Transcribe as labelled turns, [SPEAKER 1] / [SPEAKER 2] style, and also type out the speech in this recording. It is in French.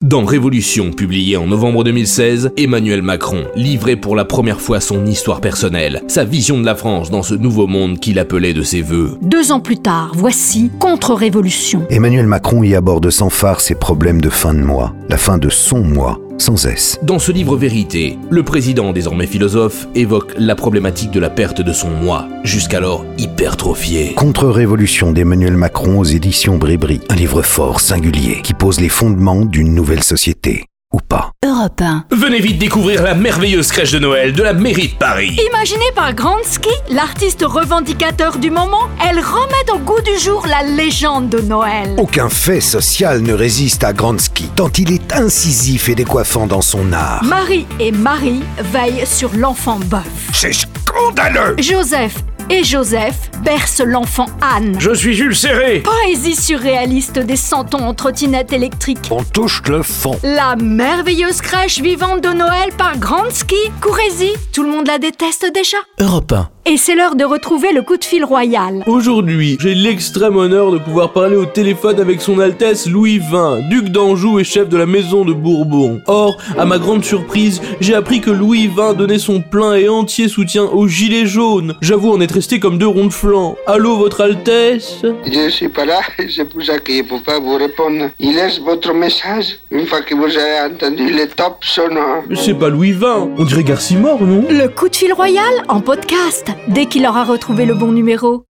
[SPEAKER 1] Dans Révolution, publié en novembre 2016, Emmanuel Macron livrait pour la première fois son histoire personnelle, sa vision de la France dans ce nouveau monde qu'il appelait de ses voeux.
[SPEAKER 2] Deux ans plus tard, voici Contre-Révolution.
[SPEAKER 3] Emmanuel Macron y aborde sans phare ses problèmes de fin de mois, la fin de son mois, sans S.
[SPEAKER 1] Dans ce livre Vérité, le président, désormais philosophe, évoque la problématique de la perte de son moi, jusqu'alors hypertrophié.
[SPEAKER 3] Contre-révolution d'Emmanuel Macron aux éditions Brébry, un livre fort, singulier, qui pose les fondements d'une nouvelle société, ou pas.
[SPEAKER 2] Europe 1.
[SPEAKER 1] Venez vite découvrir la merveilleuse crèche de Noël de la mairie de Paris.
[SPEAKER 2] Imaginée par Gransky, l'artiste revendicateur du moment, elle remet au goût du jour la légende de Noël.
[SPEAKER 3] Aucun fait social ne résiste à Gransky, tant il est incisif et décoiffant dans son art.
[SPEAKER 2] Marie et Marie veillent sur l'enfant bœuf.
[SPEAKER 3] C'est scandaleux
[SPEAKER 2] Joseph et Joseph bercent l'enfant Anne.
[SPEAKER 1] Je suis ulcéré
[SPEAKER 2] Poésie surréaliste des santons en trottinette électrique.
[SPEAKER 3] On touche le fond.
[SPEAKER 2] La merveilleuse crèche vivante de Noël par Gransky. Courez-y, tout le monde la déteste déjà.
[SPEAKER 4] Europe 1.
[SPEAKER 2] Et c'est l'heure de retrouver le coup de fil royal.
[SPEAKER 5] Aujourd'hui, j'ai l'extrême honneur de pouvoir parler au téléphone avec son Altesse Louis XX, duc d'Anjou et chef de la maison de Bourbon. Or, à ma grande surprise, j'ai appris que Louis XX donnait son plein et entier soutien aux Gilets jaunes. J'avoue en être resté comme deux ronds de flanc. Allô, votre Altesse
[SPEAKER 6] Je ne suis pas là, c'est pour ça qu'il ne peut pas vous répondre. Il laisse votre message une fois que vous avez entendu le top sonore.
[SPEAKER 5] Mais C'est pas Louis XX, on dirait Garcimore, non
[SPEAKER 2] Le coup de fil royal en podcast, dès qu'il aura retrouvé le bon numéro.